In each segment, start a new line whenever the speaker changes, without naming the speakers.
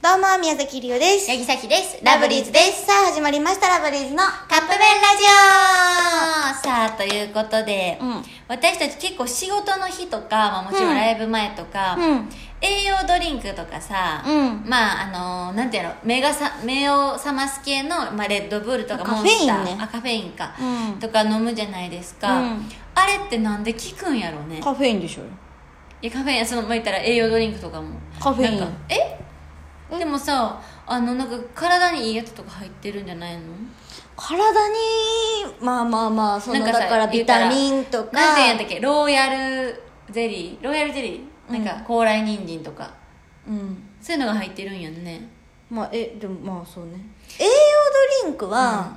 どうも、宮崎りおです。
八木咲です。
す。さあ、始まりました、ラブリーズの。
カップ麺ラジオさあ、ということで、
うん
私たち結構仕事の日とか、まあ、もちろ
うん
んライブ前とか、
うん
栄養ドリンクとかさ、
うん
まあ、あのーなんていうの、目がさ、目を覚ます系の、まあ、レッドブルとか
カ
モ
フ
ン
ェイ
ス
ン
タ
ね
ー、あカフェインか、
うん
とか飲むじゃないですか。
うん
あれってなんで効くんやろうね。
カフェインでしょうよ。
いやカフェインそのまあ言ったら栄養ドリンクとかも
カフェイン
なんかえでもさあのなんか体にいいやつとか入ってるんじゃないの
体に、まあまあまあ、その、
なんかさ
だからビタミンとか。
なんていうんだっけローヤルゼリーローヤルゼリー
うん
なんか高麗人参とか、
うん。
そういうのが入ってるんやんね
まあ、え、でもまあそうね。栄養ドリンクは、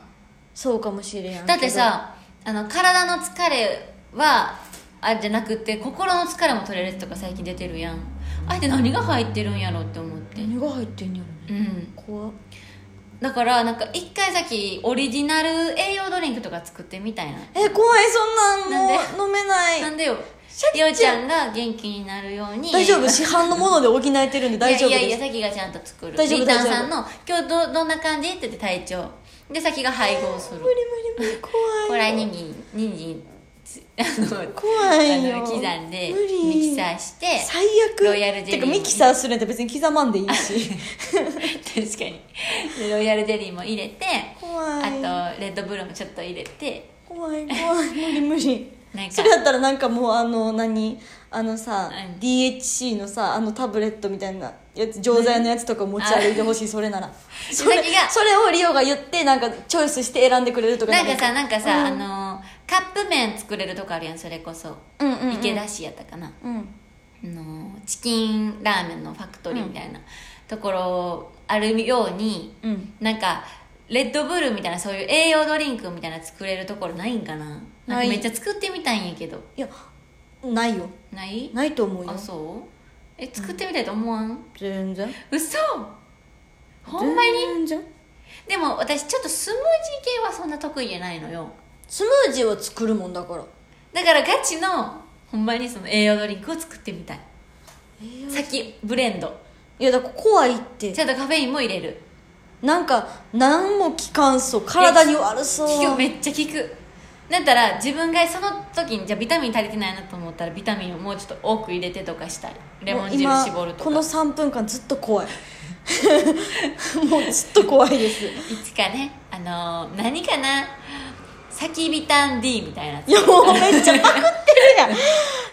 そうかもしれんけど
だって、さあの体の疲れはあれじゃなくて心の疲れも取れるやつとか最近出てるやんあえて何が入ってるんやろって思って
何が入ってんやろね。
うん
怖っ
だからなんか一回さっきオリジナル栄養ドリンクとか作ってみたいな
え、怖い、そんなんも
なん
う飲めな
なん
い。
でよりおちゃんが元気になるように
大丈夫市販のもので補えてるんで大丈夫
いやいや
で
い
す。
やさきがちゃんと作る
大丈夫
りーた
大
ん
丈夫
さんの「今日どどんな感じ?」って言って体調でさきが配合する
無理無理無理、怖い。
これにんに人参つあの
怖いよ
あの刻んで
無理
ミキサーして
最悪
ロイヤルジェリー
てかミキサーするんやったら別に刻まんでいい し
確かにでロイヤルゼリーも入れて
怖い
あとレッドブルもちょっと入れて
怖い怖い無理無理
なんか
それやったらなんかもうあの何あのさ、
うん
DHC のさあのタブレットみたいなやつ錠剤のやつとか持ち歩いてほしいそれならそれ
先が
それをリオが言ってなんかチョイスして選んでくれるとか
なんかさなんかさ、
うん
あのカップ麺作れるとこあるやんそれこそ、
うんうんうん
池田市やったかな
うん
あのチキンラーメンのファクトリーみたいなところあるように、
うん
なんかレッドブルみたいなそういう栄養ドリンクみたいな作れるところないんかななんか
ない
めっちゃ作ってみたいんやけど
いやないよ
ない
ないと思うよ
あそうえ作ってみたいと思わん、
全然
嘘ほんまに
全然
でも私ちょっとスムージー系はそんな得意じゃないのよ
スムージーは作るもんだから
だからガチのほんまにその栄養ドリンクを作ってみたいさっきブレンド
いやだから怖いって
ちゃんとカフェインも入れる
なんか何も効かんそう体に悪そう
効くめっちゃ効くだったら自分がその時にじゃあビタミン足りてないなと思ったらビタミンをもうちょっと多く入れてとかしたりレモン汁
もう今
絞ると
こ
か
の3分間ずっと怖い もうずっと怖いですい
いつかねあのー何かなサキビタン D みたいなやつ
やもうめっちゃパクってるやん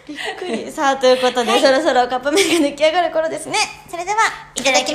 びっくりさあということで、そろそろカップ麺が出来上がる頃ですねそれではいただき